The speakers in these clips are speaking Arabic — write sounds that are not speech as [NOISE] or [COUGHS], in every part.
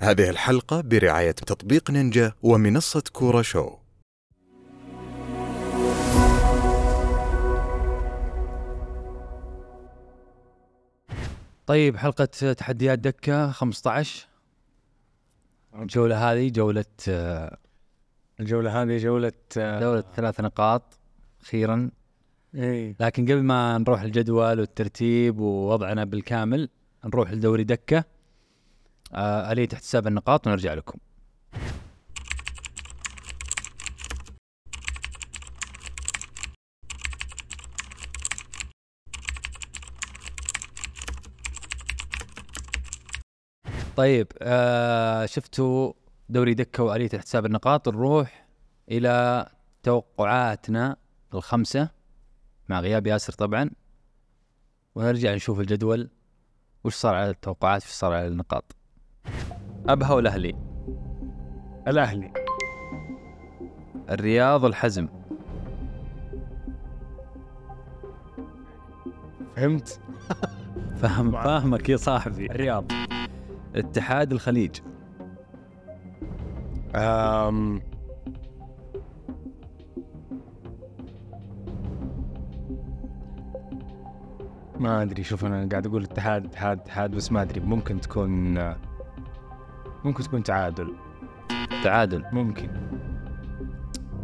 هذه الحلقة برعاية تطبيق نينجا ومنصة كورة شو طيب حلقة تحديات دكة 15 الجولة هذه جولة آه، الجولة هذه جولة آه، إيه. جولة ثلاث نقاط أخيرا اي لكن قبل ما نروح الجدول والترتيب ووضعنا بالكامل نروح لدوري دكة آه، آلية احتساب النقاط ونرجع لكم طيب آه شفتوا دوري دكة وآلية احتساب النقاط نروح إلى توقعاتنا الخمسة مع غياب ياسر طبعا ونرجع نشوف الجدول وش صار على التوقعات وش صار على النقاط أبها والأهلي الاهلي الرياض والحزم فهمت؟ فاهم [LAUGHS] فاهمك يا صاحبي الرياض اتحاد الخليج أم... ما ادري شوف انا قاعد اقول اتحاد اتحاد اتحاد بس ما ادري ممكن تكون آه، ممكن تكون تعادل تعادل ممكن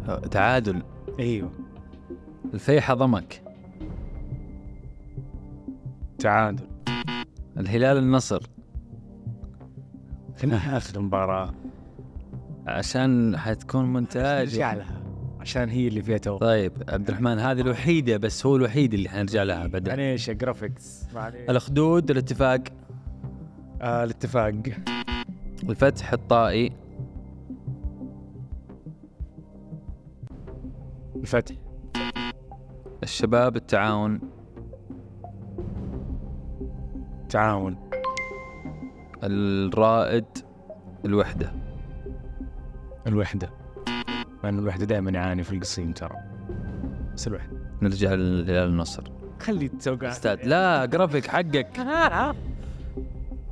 آه، تعادل ايوه الفيحة ضمك تعادل الهلال النصر خلينا اخر مباراة عشان حتكون نرجع مونتاج لها عشان هي اللي فيها توقع طيب عبد الرحمن هذه الوحيدة بس هو الوحيد اللي حنرجع لها بعدين معليش جرافيكس معليش الأخدود الاتفاق آه الاتفاق الفتح الطائي الفتح الشباب التعاون تعاون الرائد الوحدة الوحدة مع ان الوحدة دائما يعاني في القصيم ترى بس الوحدة نرجع للهلال النصر خلي التوقع استاذ لا جرافيك حقك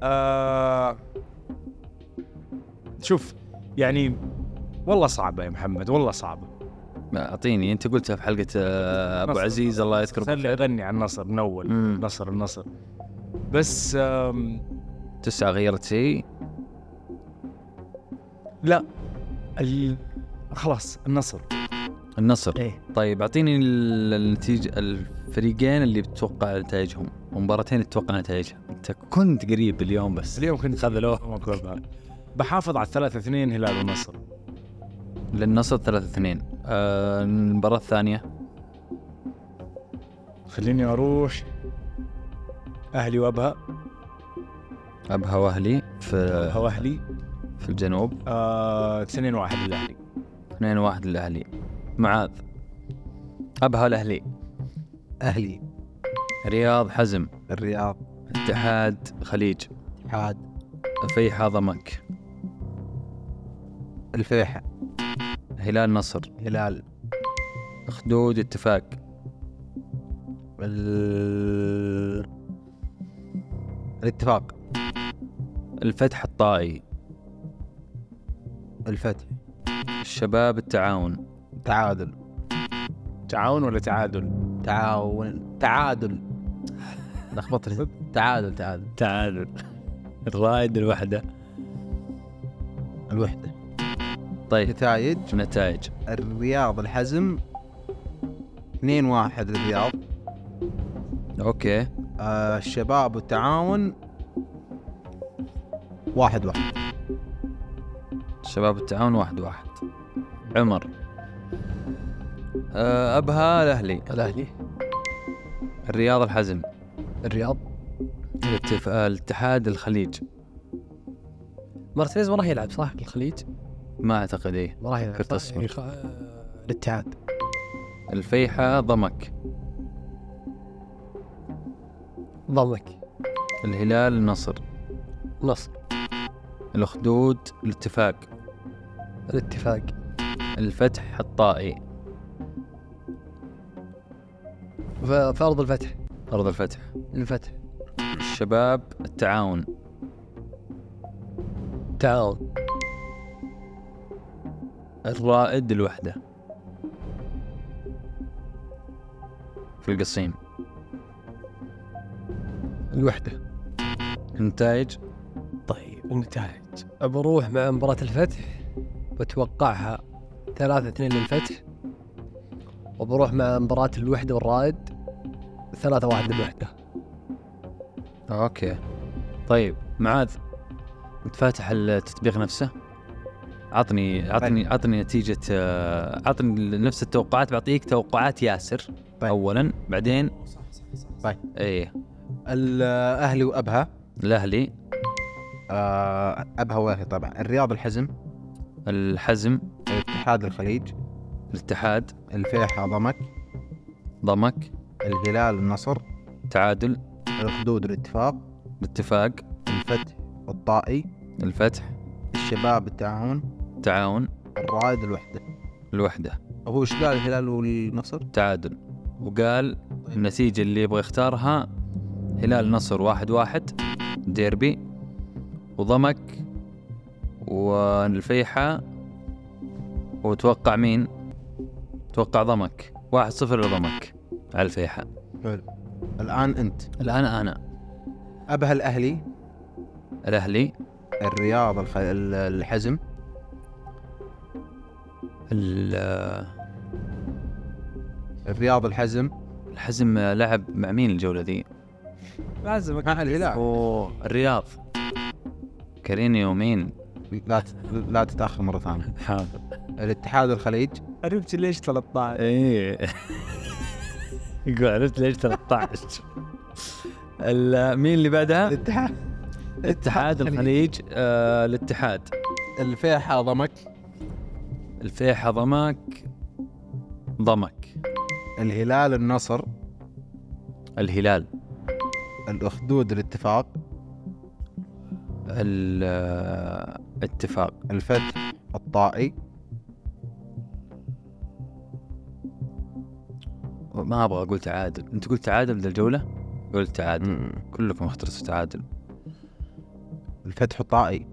آه شوف يعني والله صعبة يا محمد والله صعبة اعطيني انت قلتها في حلقه آه، ابو نصر. عزيز الله يذكره خلي اغني عن النصر من اول مم. النصر النصر بس آم تسعه غيرت شيء لا ال... خلاص النصر النصر إيه. ايه طيب اعطيني ال- النتيجه الفريقين اللي بتتوقع نتائجهم ومباراتين تتوقع نتائجها انت كنت قريب اليوم بس اليوم كنت خذلوه ما أقول بعد. بحافظ على الثلاثة اثنين هلال والنصر للنصر 3 2 آه المباراه الثانيه خليني اروح اهلي وابها ابها واهلي في وابها واهلي في الجنوب آه، 2 واحد للاهلي 2 1 للاهلي معاذ ابها الاهلي اهلي رياض حزم الرياض اتحاد خليج اتحاد فيحاء ضمك الفيحة هلال نصر هلال اخدود اتفاق ال... الاتفاق الفتح الطائي الفتح الشباب التعاون تعادل تعاون ولا تعادل؟ تعاون تعادل لخبطت تعادل تعادل تعادل الرائد الوحدة الوحدة طيب نتائج نتائج الرياض الحزم 2 واحد للرياض اوكي آه الشباب والتعاون واحد واحد شباب التعاون واحد واحد عمر آه، ابها الاهلي الاهلي الرياض الحزم الرياض الاتف- الاتحاد الخليج مارتينيز ما راح يلعب صح الخليج ما اعتقد ايه ما راح يلعب كرت صح؟ أصفر. إيه، خ- آه، الاتحاد الفيحة ضمك ضمك الهلال النصر نصر الاخدود الاتفاق الاتفاق الفتح الطائي ف- في ارض الفتح ارض الفتح الفتح الشباب التعاون التعاون الرائد الوحدة في القصيم الوحده النتائج طيب النتائج بروح مع مباراه الفتح بتوقعها 3 2 للفتح وبروح مع مباراه الوحده والرائد 3 1 للوحده اوكي طيب معاذ انت فاتح التطبيق نفسه طيب. عطني عطني عطني نتيجة آه، عطني نفس التوقعات بعطيك توقعات ياسر طيب. اولا بعدين طيب ايه الاهلي وابها الاهلي آه، ابها واهي طبعا الرياض الحزم الحزم الاتحاد الخليج الاتحاد الفيحاء ضمك ضمك الهلال النصر تعادل الخدود الاتفاق الاتفاق الفتح الطائي الفتح الشباب التعاون تعاون الرائد الوحدة الوحدة هو ايش قال الهلال والنصر؟ تعادل وقال النتيجة اللي يبغى يختارها هلال نصر واحد واحد ديربي وضمك والفيحة وتوقع مين توقع ضمك واحد صفر لضمك على الفيحة حلو الان انت الآن أنا ابها الاهلي الأهلي الرياض الخ... ال- الحزم ال- الرياض الحزم الحزم لعب مع مين الجولة ذي لازم مع الهلال أوه الرياض كريني ومين لا ت... لا تتاخر مره ثانيه حاضر الاتحاد الخليج عرفت ليش 13 ايه [LAUGHS] يقول عرفت ليش 13 ال- مين اللي بعدها؟ الاتحاد اتحاد الخليج آه الاتحاد الفيحاء ضمك الفيحة ضمك ضمك الهلال النصر الهلال الاخدود الاتفاق آه، الاتفاق الفتح الطائي ما ابغى اقول تعادل انت قلت تعادل ذا الجولة؟ قلت تعادل كلكم اخترتوا تعادل الفتح الطائي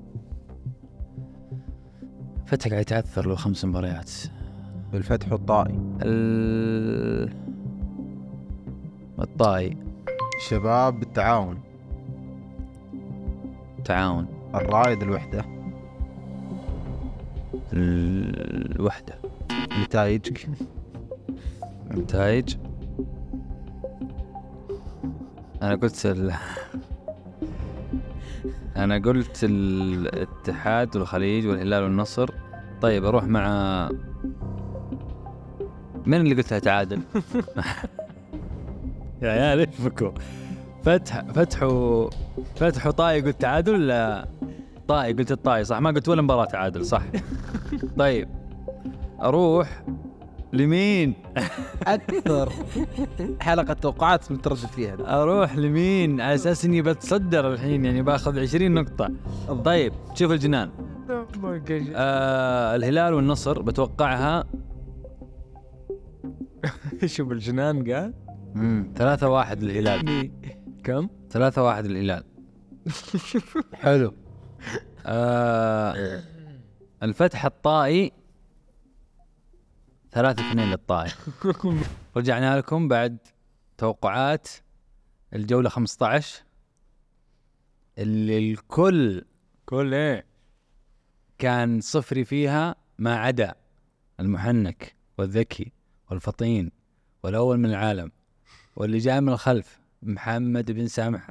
فتح قاعد يتعثر له خمس مباريات الفتح الطائي ال الطائي شباب التعاون تعاون الرائد الوحدة ال- الوحدة نتائجك نتائج انا قلت ال... انا قلت الاتحاد والخليج والهلال والنصر طيب اروح مع من اللي قلتها تعادل يا عيال ايش بكم فتح فتحوا فتحوا طاي قلت تعادل ولا طاي قلت الطاي صح ما قلت ولا مباراه تعادل صح طيب اروح لمين اكثر حلقه توقعات متردد فيها اروح لمين على اساس اني بتصدر الحين يعني باخذ 20 نقطة طيب شوف الجنان آه الهلال والنصر بتوقعها شوف الجنان قال مم، ثلاثة واحد للهلال يعني كم؟ ثلاثة واحد [LAUGHS] للهلال حلو إيه. آه الفتح الطائي ثلاثة اثنين [LAUGHS] للطائي رجعنا لكم بعد توقعات الجولة 15 اللي الكل كل ايه كان صفري فيها ما عدا المحنك والذكي والفطين والأول من العالم واللي جاء من الخلف محمد بن [LAUGHS] سمح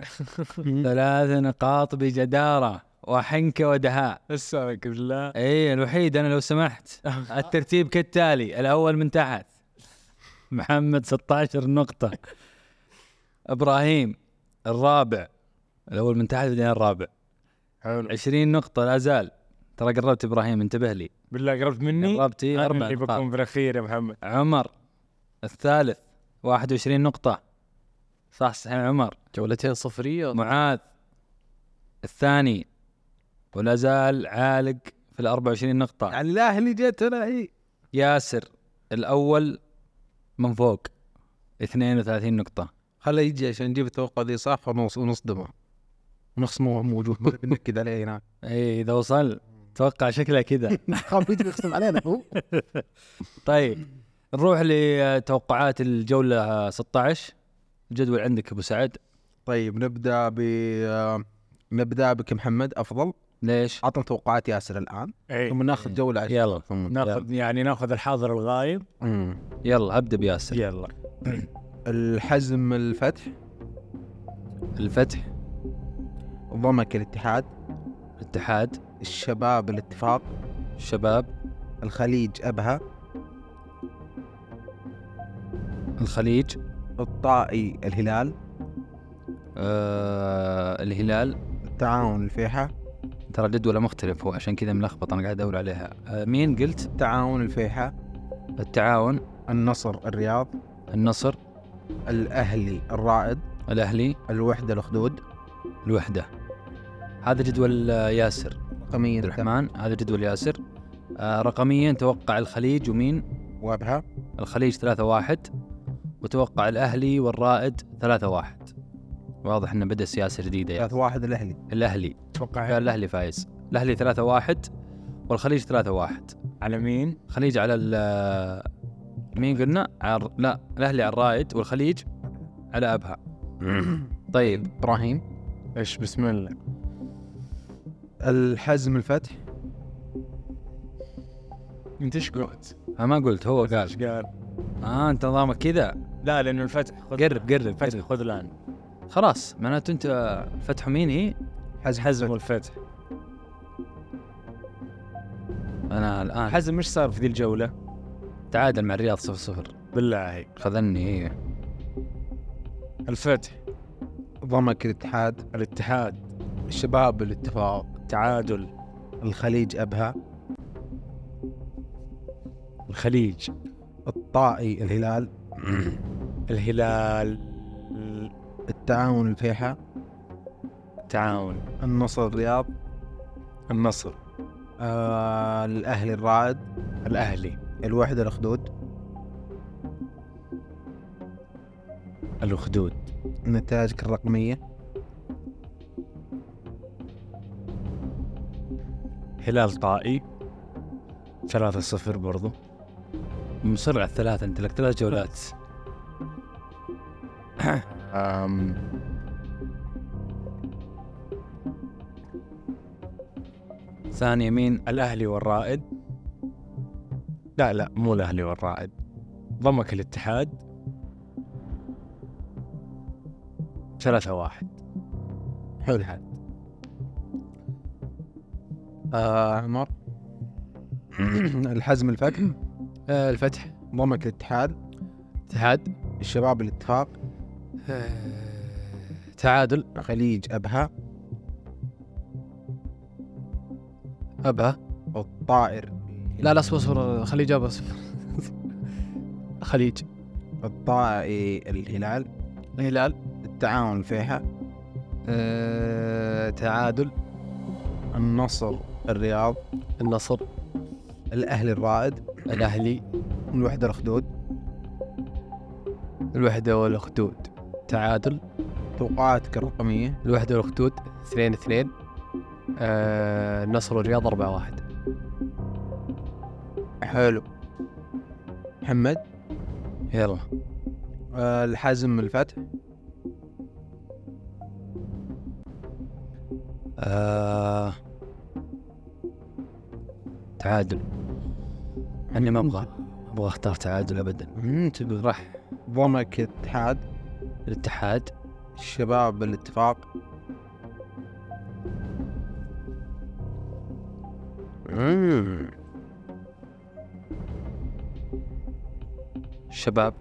ثلاث نقاط بجدارة وحنكة ودهاء استغفرك بالله اي الوحيد انا لو سمحت [LAUGHS] الترتيب كالتالي الاول من تحت محمد 16 نقطة ابراهيم الرابع الاول من تحت بعدين الرابع حلو 20 نقطة لا زال ترى قربت ابراهيم انتبه لي بالله قربت مني قربتي انا اربع اللي بكون نقاط في الاخير يا محمد عمر الثالث 21 نقطة صح صحيح عمر جولتين صفريه معاذ الثاني ولا زال عالق في ال 24 نقطة على الاهلي جت انا هي ياسر الأول من فوق 32 نقطة خله يجي عشان نجيب التوقع ذي صح ونص- ونصدمه ونفس الموضوع موجود [LAUGHS] بنكد عليه هناك اي اذا وصل اتوقع شكله كذا خاف يجي يخصم علينا هو طيب نروح لتوقعات الجوله 16 الجدول عندك ابو سعد طيب نبدا ب آه، نبدا بك محمد افضل ليش؟ عطنا توقعات ياسر الان اي ثم ناخذ جوله عشان يلا ناخذ يعني ناخذ الحاضر الغايب يلا ابدا بياسر يلا الحزم الفتح الفتح ضمك الاتحاد الاتحاد الشباب الاتفاق الشباب الخليج ابها الخليج الطائي الهلال آه الهلال التعاون الفيحة ترى جدوله مختلف هو عشان كذا ملخبط انا قاعد ادور عليها آه مين قلت؟ التعاون الفيحة التعاون النصر الرياض النصر الاهلي الرائد الاهلي الوحدة الاخدود الوحده هذا جدول آه، ياسر رقمية عبد الرحمن هذا جدول ياسر آه رقميا توقع الخليج ومين؟ وابها الخليج 3 1 وتوقع الاهلي والرائد 3 1 واضح انه بدا سياسه جديده يعني. ثلاث واحد الاهلي الاهلي اتوقع قال الاهلي فايز الاهلي 3 1 والخليج 3 1 على مين؟ الخليج على ال مين قلنا؟ عر... لا الاهلي على الرائد والخليج على [COUGHS] ابها طيب ابراهيم ايش بسم الله الحزم الفتح انت ايش قلت؟ أنا ما قلت هو قال ايش قال؟ اه انت نظامك كذا لا لانه الفتح خذ قرب قرب الفتح قرب خذ الان خلاص معناته انت فتح مين إيه؟ هي؟ حزم حزم والفتح انا الان حزم ايش صار في ذي الجوله؟ تعادل مع الرياض 0 0 بالله هيك خذلني هي الفتح ضمك الاتحاد الاتحاد الشباب الاتفاق تعادل الخليج ابها الخليج الطائي الهلال [CLEARS THROAT] الهلال التعاون الفيحة التعاون النصر الرياض النصر آه الاهلي الرائد الاهلي الوحدة الاخدود الاخدود نتائجك الرقمية هلال طائي 3 0 برضو مصر على الثلاثه انت لك ثلاث جولات أمم. أم... ثاني مين؟ الاهلي والرائد لا لا مو الاهلي والرائد ضمك الاتحاد ثلاثة واحد حلو الحال آه [CLEARS THROAT] عمر الحزم الفتح آه الفتح ضمك الاتحاد اتحاد الشباب الاتفاق آه تعادل الخليج ابها ابها الطائر لا لا اصبر اصبر خليج ابها اصبر [LAUGHS] خليج الطائي الهلال إيه؟ الهلال التعاون الفيحة آه تعادل النصر الرياض النصر الاهلي الرائد الاهلي الوحدة الاخدود الوحده والاخدود تعادل توقعاتك الرقمية الوحده والاخدود اثنين اثنين آه النصر والرياض أربعة واحد حلو محمد يلا آه الحزم الفتح آه... تعادل اني ما ابغى ابغى اختار تعادل ابدا مم، تبي راح ضمك الاتحاد الاتحاد الشباب الاتفاق الشباب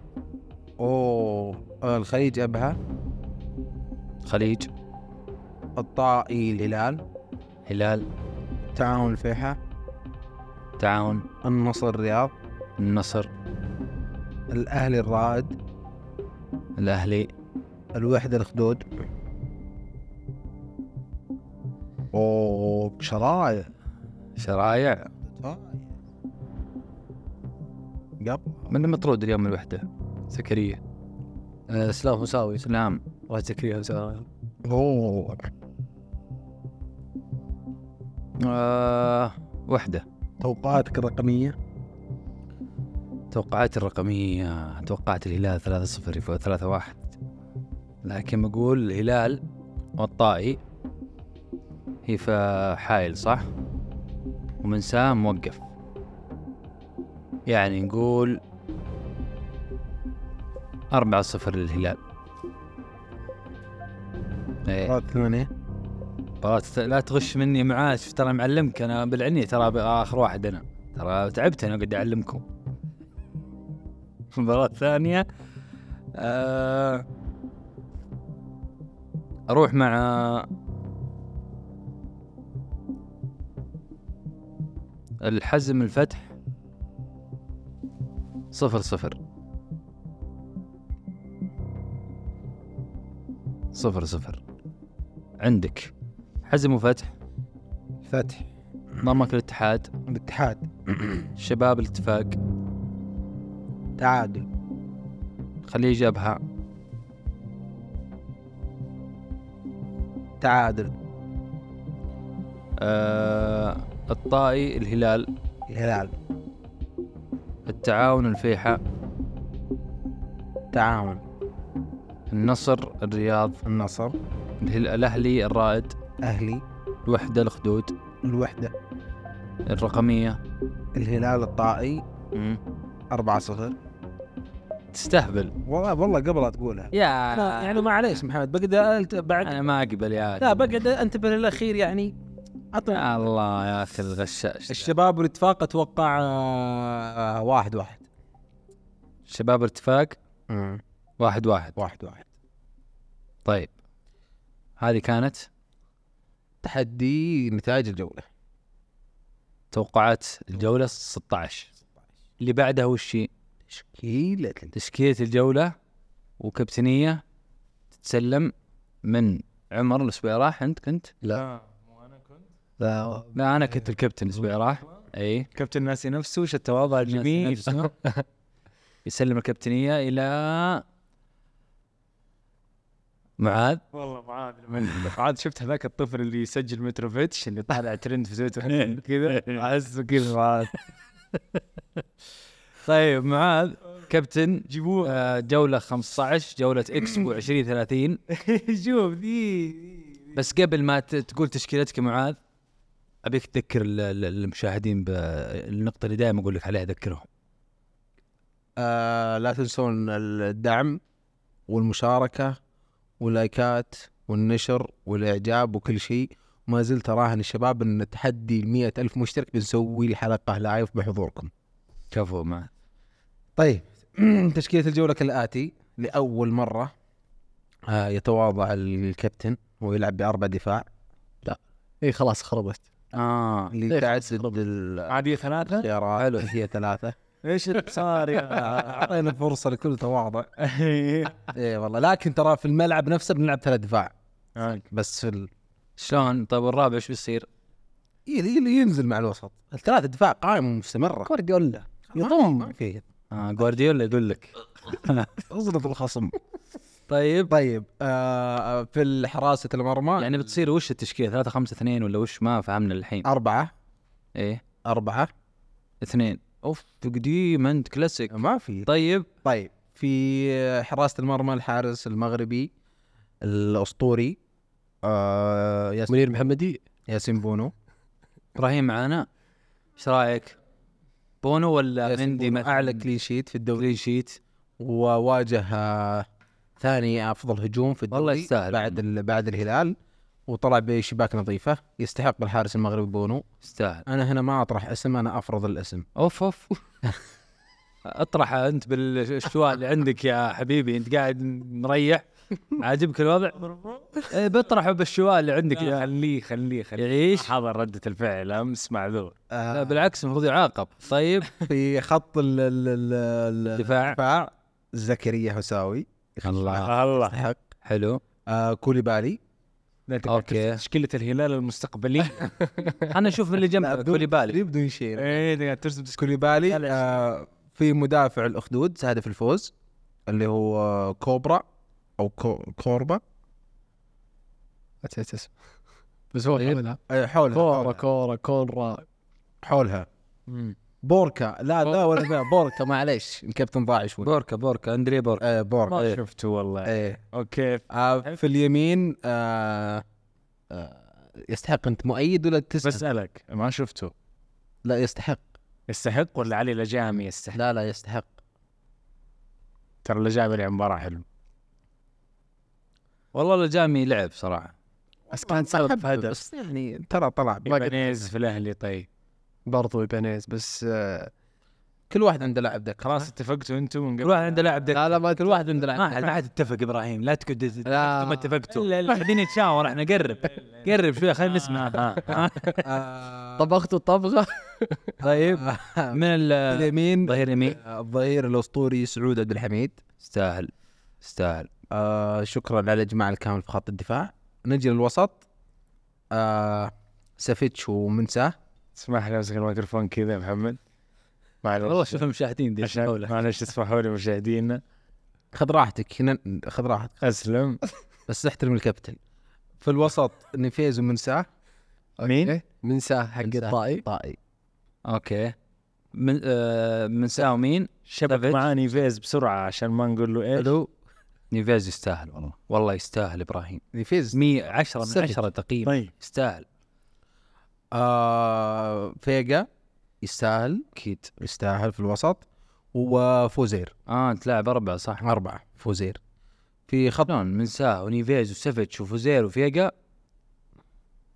اوه آه، الخليج ابها الخليج الطائي الهلال هلال التعاون الفيحة تعاون النصر الرياض النصر الاهلي الرائد الاهلي الوحدة الخدود اوه شرايع شرايع قبل من المطرود اليوم أه، من الوحده زكريا آه اسلام مساوي اسلام والله زكريا مساوي اوه آه واحدة توقعاتك الرقميه توقعاتي الرقمية توقعت الهلال 3 0 يفوز 3 1 لكن بقول الهلال والطائي هي في حايل صح؟ ومن سام موقف يعني نقول 4 0 للهلال ايه مرات ثمانيه مباراة لا تغش مني معاه شوف ترى معلمك انا بالعني ترى ب- اخر واحد انا ترى تعبت انا قاعد اعلمكم مباراة ثانية آه اروح مع الحزم الفتح صفر صفر صفر صفر عندك حزم وفتح فتح ضمك الاتحاد الاتحاد [CLEARS THROAT] شباب الاتفاق تعادل خليه جابها تعادل آه الطائي الهلال الهلال التعاون الفيحاء تعاون النصر الرياض النصر الهل- الاهلي الرائد اهلي الوحده الخدود الوحده الرقميه الهلال الطائي مم. 4 0 تستهبل والله والله قبل لا تقولها يا لا يعني معليش محمد بقدر ألت- بعد انا ما اقبل يا لا بقعد انتبه للاخير يعني عطنا يا الله يا اخي الغشاش الشباب والاتفاق اتوقع آه، آه، واحد واحد شباب ارتفاق واحد واحد واحد واحد طيب هذه كانت تحدي نتائج الجوله توقعات الجوله 16 اللي بعدها وش هي؟ تشكيله تشكيلة الجولة وكابتنية تتسلم من عمر الأسبوع راح أنت كنت؟ لا لا أنا كنت الكابتن الأسبوع راح إيه. أي كابتن ناسي نفسه وش التواضع الجميل نفسه. [LAUGHS] يسلم الكابتنية إلى معاذ والله معاذ [LAUGHS] لما- عاد شفت هذاك الطفل اللي يسجل متروفيتش اللي طالع ترند [LAUGHS] في تويتر [LAUGHS] كذا احسه كذا معاذ طيب معاذ [LAUGHS] كابتن جيبوه آه جولة 15 جولة اكسبو 20 30 [LAUGHS] شوف ذي بس قبل ما ت- تقول تشكيلتك يا معاذ ابيك تذكر ال- ال- المشاهدين بالنقطة اللي دائما اقول لك عليها ذكرهم آه لا تنسون الدعم والمشاركه واللايكات والنشر والاعجاب وكل شيء ما زلت اراهن الشباب ان تحدي ال ألف مشترك بنسوي الحلقه لايف بحضوركم كفو معاذ طيب [CLEARS THROAT] تشكيلة الجولة كالآتي لأول مرة آه، يتواضع الكابتن ويلعب بأربع دفاع اي خلاص خربت اه لتعدد ال- عادية ثلاثة الخيارات حلو هي ثلاثة ايش صار [LAUGHS] آه، أعطينا فرصة لكل تواضع إي إيه والله لكن ترى في الملعب نفسه بنلعب ثلاث دفاع بس في ال... شلون طيب والرابع ايش بيصير؟ ي- ي- إيه، ينزل مع الوسط الثلاث دفاع قائمة مستمرة جوارديولا يضم في آه جوارديولا يقول لك اضرب الخصم طيب طيب آه في حراسة المرمى يعني بتصير وش التشكيله 3 5 2 ولا وش ما فهمنا الحين أربعة ايه أربعة اثنين اوف قديم انت كلاسيك ما في طيب طيب في حراسة المرمى الحارس المغربي الأسطوري آه ياسين منير محمدي ياسين بونو ابراهيم معانا ايش رايك؟ بونو ولا ياسين مندي بونو مثلاً؟ أعلى كلين شيت في الدوري كلين شيت وواجه آه ثاني أفضل هجوم في الدوري والله يستاهل. بعد ال- بعد الهلال وطلع بشباك نظيفة يستحق الحارس المغربي بونو يستاهل أنا هنا ما أطرح اسم أنا أفرض الاسم اوف اوف اطرح انت بالشواء اللي عندك يا حبيبي انت قاعد مريح عاجبك الوضع؟ إيه، بطرحه بالشواء اللي عندك يا خليه خليه خليه يعيش حضر ردة الفعل امس معذور لا آه بالعكس المفروض يعاقب طيب في خط ال- ال- ال- ال- دفاع الدفاع زكريا هساوي الله الله يستحق حلو آه كوليبالي لا تفكر أوكي. في تشكيله الهلال المستقبلي انا اشوف من اللي جنبه كوليبالي ليه بدون شيء ايه قاعد ترسم تشكيله كوليبالي آه في مدافع الاخدود هدف الفوز اللي هو آه، كوبرا او كو كوربا نسيت اسمه بس هو طيب. حولها أي حولها كورا حولها, كورا كونرا حولها. بوركا لا لا ولا ذا، بوركا معليش الكابتن ضاع شوي بوركا بوركا اندري بوركا آه بوركا ما شفته والله ايه اوكي آه في اليمين آه آه يستحق انت مؤيد ولا تسأل؟ بسالك ما شفته لا يستحق يستحق ولا علي لجامي يستحق لا لا يستحق ترى لجامي لعب مباراه حلو والله لجامي لعب صراحه بس كان سبب أحبه، هدف بس يعني ترى طلع ب- ايبانيز في الاهلي طيب برضو ايبانيز بس آه، كل واحد عنده لاعب ذكر خلاص اتفقتوا انتم من كل قبل واحد عنده لاعب دك لا لا ما كل واحد عنده ما لاعب حد ذكر. ما حد اتفق ابراهيم لا تقعد تت- لا. ما اتفقتوا قاعدين نتشاور احنا قرب قرب شوي خلينا نسمع [LAUGHS] ها. آه طبخت [LAUGHS] الطبخه طيب من ال- اليمين ظهير يمين آه، الظهير الاسطوري سعود عبد الحميد استاهل استاهل آه شكرا على الاجماع الكامل في خط الدفاع نجي للوسط آه سافيتش ومنساه اسمح لي امسك الميكروفون كذا يا محمد والله معلش شوفهم مشاهدين دي عشان حوله معلش اسمحوا لي مشاهدينا خذ راحتك هنا خذ راحتك اسلم بس احترم الكابتن في الوسط نفيز ومنساه مين؟ من ساعه حق منساه الطائي طائي اوكي من آه من ساو مين شبك سافيتش. معاني فيز بسرعه عشان ما نقول له ايش حلو نيفيز يستاهل والله والله يستاهل ابراهيم نفيز مي 10 من سافيتش. 10 تقييم طيب يستاهل آه فيجا يستاهل اكيد يستاهل في الوسط وفوزير اه انت لاعب اربعه صح أربعة فوزير في خط شلون من ساه ونيفيز وسافيتش وفوزير وفيجا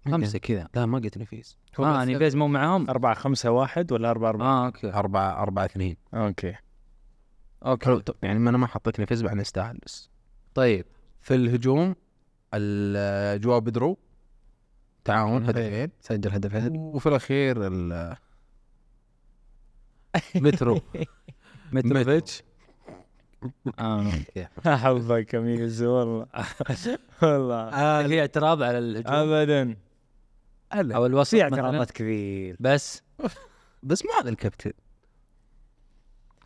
خمسه كذا لا ما قلت نفيز اه يعني نيفيز مو معاهم أربعة خمسة واحد ولا أربعة أربعة؟ اه اوكي أربعة أربعة اثنين أوكي [LAUGHS] حلو طب يعني ما أنا ما حطيت نفيز بعد يستاهل بس طيب في الهجوم ال- جواو بدرو تعاون هدفين سجل هدفين وفي الأخير ال- [LAUGHS] مترو متروفيتش آه، [LAUGHS] أوكي. حظك يا ميزو والله والله في اعتراض على الهجوم أبدا او الوسط آه، في مثلا اعتراضات كثير بس بس مو هذا الكابتن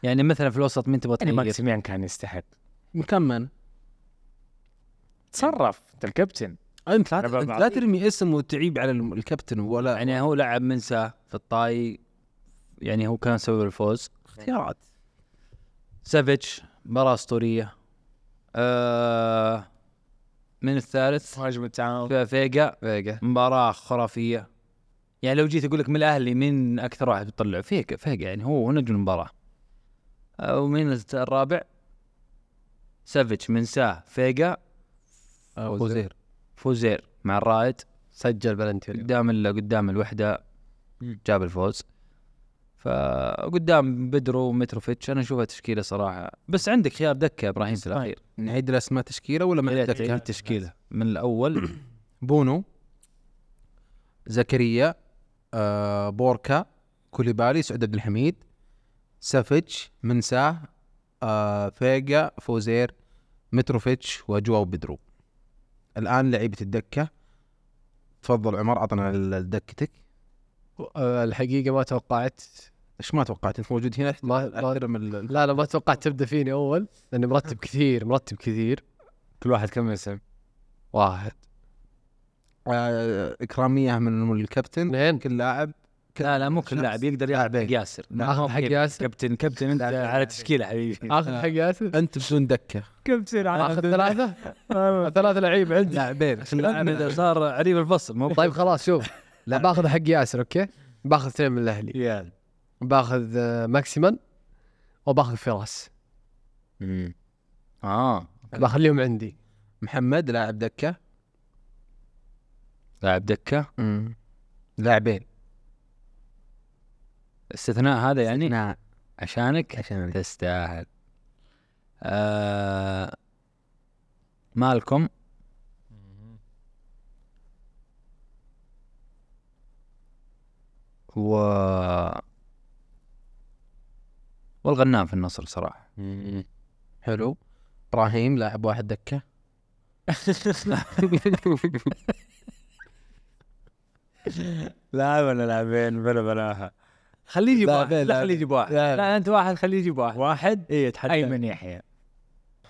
يعني مثلا في الوسط مين تبغى يعني تغير؟ ماكسيميان كان يستحق يعني مكمل تصرف أنت الكابتن انت لا, أنا ب- انت لا بعطيك. ترمي اسم وتعيب على الم- الكابتن ولا يعني هو لعب من ساه في الطاي يعني هو كان سبب الفوز اختيارات سافيتش مباراة اسطورية آه من الثالث مهاجم التعاون في- فيجا فيجا مباراة خرافية يعني لو جيت اقول لك من الاهلي من اكثر واحد بيطلع فيجا فيجا يعني هو هو نجم المباراة آه، ومين الت- الرابع سافيتش من ساه فيجا آه، وزير فوزير مع الرائد سجل بلنتي قدام ال- قدام الوحده جاب الفوز فقدام بدرو ومتروفيتش انا اشوفها تشكيله صراحه بس عندك خيار دكه يا ابراهيم في الاخير نعيد الاسماء تشكيله ولا ما إيه، عندك؟ تعيد التشكيله من الاول بونو زكريا آه بوركا كوليبالي سعود عبد الحميد سافيتش منساه آه فيجا فوزير متروفيتش وجواو بدرو الان لعيبه الدكه تفضل عمر اعطنا ال- دكتك الحقيقه آه، ما توقعت ايش ما توقعت انت موجود هنا ما, ما احترم ال- لا لا ما توقعت تبدا فيني اول لاني مرتب كثير مرتب كثير كل واحد كم اسم؟ واحد آه، اكراميه من الكابتن اثنين كل لاعب لا لا مو كل لاعب يقدر ياخذ ياسر لا، آخذ مو حق كيف. ياسر. آه. كابتن كابتن انت على تشكيله [LAUGHS] حبيبي اخذ حق ياسر انت بدون دكه كابتن اخذ [LAUGHS] ثلاثه ثلاث لعيب عندي لاعبين اللاعب إذا صار عريب الفصل مو طيب خلاص شوف لا باخذ حق ياسر اوكي باخذ اثنين من الاهلي يلا باخذ آه، ماكسيمان وباخذ فراس اه بخليهم عندي محمد لاعب دكه لاعب دكه لاعبين استثناء هذا يعني نعم عشانك عشان تستاهل آه مالكم و والغنام في النصر صراحة حلو ابراهيم لاعب واحد دكه لاعب ولا لاعبين بلا بلاها [LAUGHS] خليه يجيب لا، واحد لا لا، لا. خليه يجيب واحد لا. لا انت واحد خليه يجيب واحد واحد إيه، اي تحدى ايمن يحيى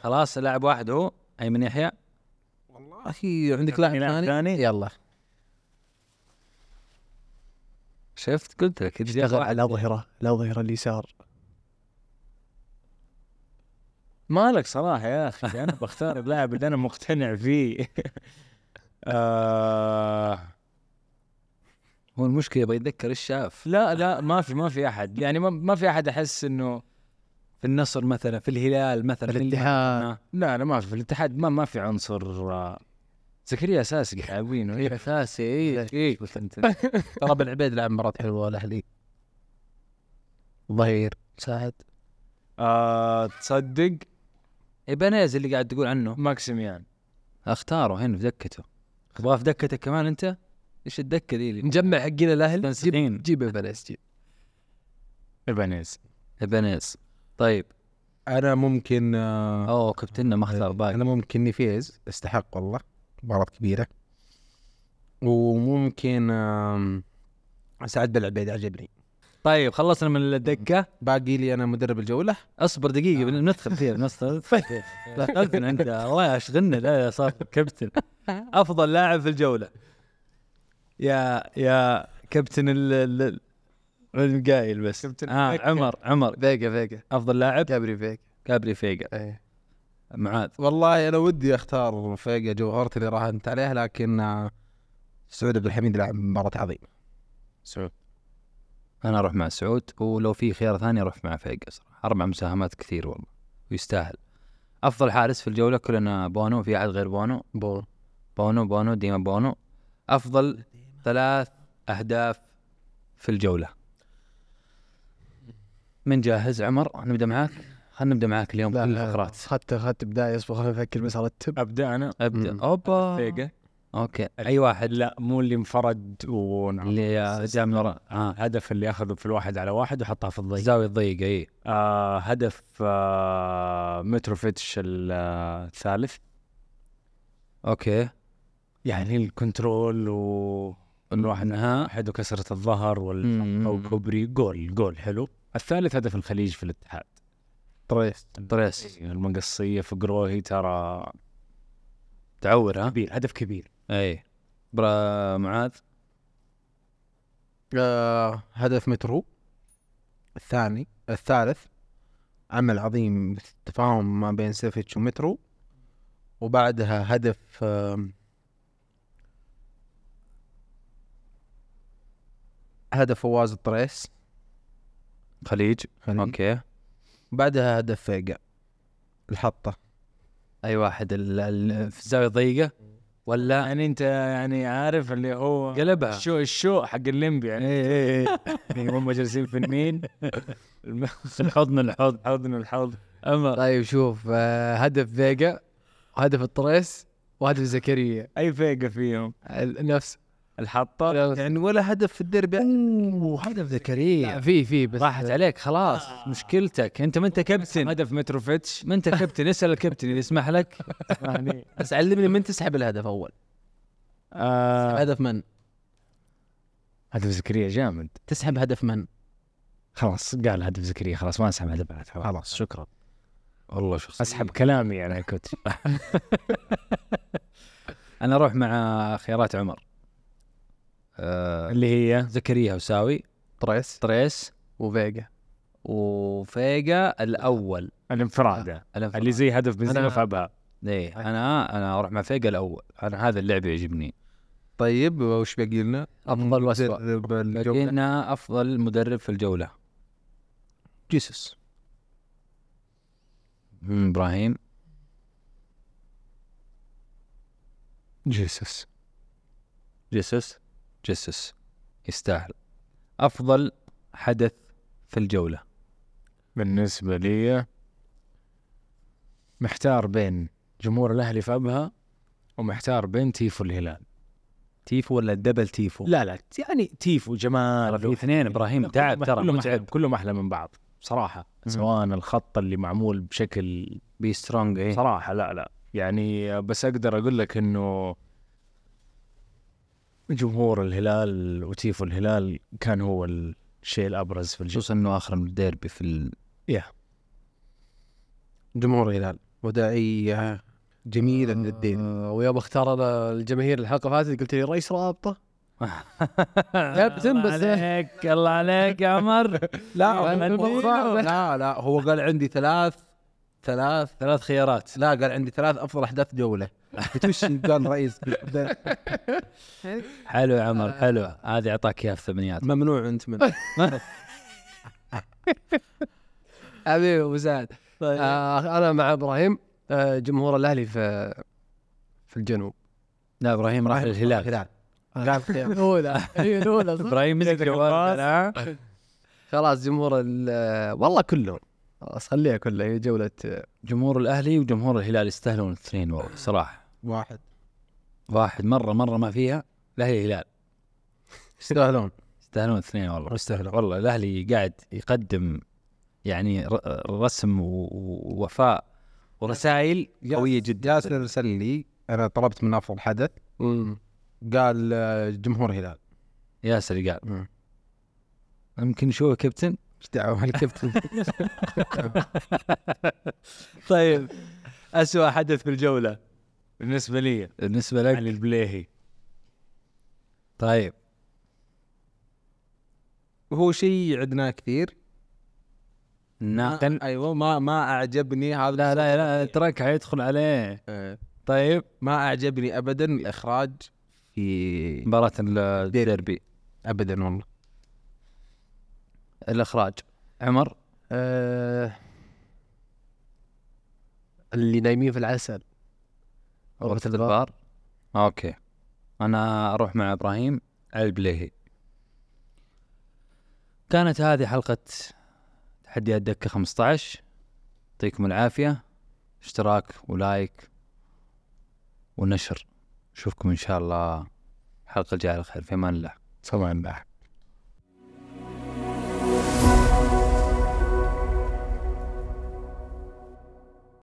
خلاص لاعب واحد هو ايمن يحيى اخي عندك لاعب لاعب ثاني ثاني يلا شفت قلت لك الجهة اشتغل واحدة. على ظهره لا ظهر اليسار مالك صراحه يا اخي انا بختار اللاعب اللي انا مقتنع فيه [LAUGHS] آه هو المشكلة يبغى يتذكر ايش شاف لا لا ما في ما في احد يعني ما, ما في احد احس انه في النصر مثلا في الهلال مثلا في الاتحاد الهلال. لا لا ما في في الاتحاد ما ما في عنصر آه، زكريا [LAUGHS] اساسي إيه. لاعبينه اساسي اي اي ترى بن عبيد لعب مرات حلوه الاهلي ظهير ساعد آه تصدق ايبانيز اللي قاعد تقول عنه ماكسيميان اختاره هنا في دكته تبغاه في دكتك كمان انت؟ ايش الدكة ذي اللي نجمع حقين الاهلي جيب تنسخين جيب ايفانيس جيب ايبانيز ايبانيز طيب انا ممكن آه، اوه كابتننا ما اختار باقي انا ممكن نفيز استحق والله مباراه كبيره وممكن آه، آم، سعد بن عبيد عجبني طيب خلصنا من الدكة باقي لي انا مدرب الجوله اصبر دقيقة بندخل فيها بندخل فيها. لا تأذن انت الله يشغلنا لا يا صار كابتن افضل لاعب في الجولة يا يا كابتن ال- ال ال- قايل بس كابتن آه عمر عمر فيجا فيجا افضل لاعب جابري فيجا كابري فيجا ايه معاذ والله انا ودي اختار فيجا جوهرتي اللي راهنت عليها لكن آه، سعود عبد الحميد لعب مباراه عظيمه سعود انا اروح مع سعود ولو في خيار ثاني اروح مع فيجا صراحه اربع مساهمات كثير والله ويستاهل افضل حارس في الجوله كلنا بونو في احد غير بونو بون بونو بونو ديما بونو افضل ثلاث اهداف في الجوله من جاهز عمر نبدا معاك خلينا نبدا معاك اليوم كل الفقرات اخذت اخذت بدايه اصبر خليني افكر بس ارتب ابدا انا ابدا مم. اوبا فيجا اوكي آه. اي آه. واحد لا مو اللي انفرد ونعم اللي جاء من وراء آه. هدف اللي اخذه في الواحد على واحد وحطها في الضيق الزاويه الضيقه اي آه هدف آه متروفيتش ال- آه، الثالث اوكي يعني الكنترول و الواحد انها واحد وكسرة الظهر وال او أو كوبري جول جول حلو الثالث هدف الخليج في الاتحاد طريس بريس المقصية في قروهي ترى تعور ها كبير هدف كبير اي برا معاذ آه، هدف مترو الثاني الثالث عمل عظيم تفاهم ما بين سيفيتش ومترو وبعدها هدف آه، آم، هدف فواز الطريس خليج خليل. اوكي بعدها هدف فيجا الحطة اي واحد ال- ال- في الزاويه الضيقه ولا يعني انت يعني عارف اللي هو قلبها الشو الشو حق الليمبي يعني اي اي [LAUGHS] يعني هم جالسين في النين الم- الحضن الحضن حضن الحوض امر طيب شوف آه، هدف فيجا وهدف الطريس وهدف زكريا اي فيقة فيهم ال- نفس الحطة نفس- يعني ولا هدف في الديربي وهدف ذكريا لا، في في بس راحت عليك خلاص مشكلتك انت ما انت كابتن هدف متروفيتش ما انت كابتن اسال الكابتن اذا يسمح لك [LAUGHS] [LAUGHS] يعني بس علمني من تسحب الهدف اول آه هدف من هدف زكريا جامد تسحب هدف من خلاص قال هدف زكريا خلاص ما اسحب هدف بعد خلاص خلاص شكرا والله شخص اسحب كلامي يعني انا كنت [LAUGHS] انا اروح مع خيارات عمر آه اللي هي زكريا وساوي طريس تريس وفيجا وفيجا الاول الانفرادة الانفراد. اللي زي هدف بنزيما في ابها ايه انا انا اروح مع فيجا الاول انا هذا اللعب يعجبني طيب وش باقي لنا؟ افضل واسوء مدرب الجولة. لكن افضل مدرب في الجوله جيسوس مم، ابراهيم جيسوس جسس جسس يستاهل افضل حدث في الجوله بالنسبة لي محتار بين جمهور الاهلي في ابها ومحتار بين تيفو الهلال تيفو ولا دبل تيفو لا لا يعني تيفو ترى في جمال اثنين ابراهيم تعب ترى كلهم احلى متعب كلهم احلى من بعض بصراحة سواء الخط اللي معمول بشكل بي سترونج ايه صراحة لا لا يعني بس أقدر أقول لك إنه جمهور الهلال وتيفو الهلال كان هو الشيء الأبرز في الجزء خصوصا انه اخر من الديربي في ال... جمهور الهلال وداعية جميلة للدين آه، ويوم اختار انا الجماهير الحلقه فاتت قلت لي رئيس رابطه كابتن بس الله عليك الله عليك يا عمر [LAUGHS] لا أنا هو- أديله. لا لا هو قال عندي ثلاث ثلاث ثلاث خيارات لا قال عندي ثلاث افضل احداث جوله وش قال [LAUGHS] رئيس حلو يا عمر حلو هذه اعطاك اياها في ثمانيات ممنوع انت من حبيبي ابو سعد آه انا مع ابراهيم آه جمهور الاهلي في في [LAUGHS] الجنوب لا ابراهيم راح للهلال [LAUGHS] الهلال الاولى [LAUGHS] هي الاولى صح؟ ابراهيم مسك جوال خلاص جمهور ال- والله كلهم خلاص خليها كلها هي جوله آه، جمهور الاهلي وجمهور الهلال يستاهلون الاثنين والله صراحه واحد واحد مره مره ما فيها الاهلي هلال يستاهلون يستاهلون الاثنين والله يستاهلون والله الاهلي قاعد يقدم يعني ر- رسم و- و- ووفاء ورسائل قويه جدا ياسر ارسل لي انا طلبت من افضل حدث مم. قال آه، جمهور هلال ياسر قال مم. يمكن شو يا كابتن ايش دعوه الكابتن [LAUGHS] طيب اسوء حدث بالجوله بالنسبه لي بالنسبه لك علي البليهي طيب هو شيء عدناه كثير نا- ما ايوه ما ما اعجبني هذا لا لا لا تراك حيدخل عليه آه، طيب ما اعجبني ابدا الاخراج في مباراة الديربي ابدا والله الاخراج عمر آه اللي نايمين في العسل رحت البار اوكي انا اروح مع ابراهيم البليهي كانت هذه حلقة تحديات دكة 15 يعطيكم العافية اشتراك ولايك ونشر نشوفكم ان شاء الله الحلقة الجاية على خير في امان الله سواء بقى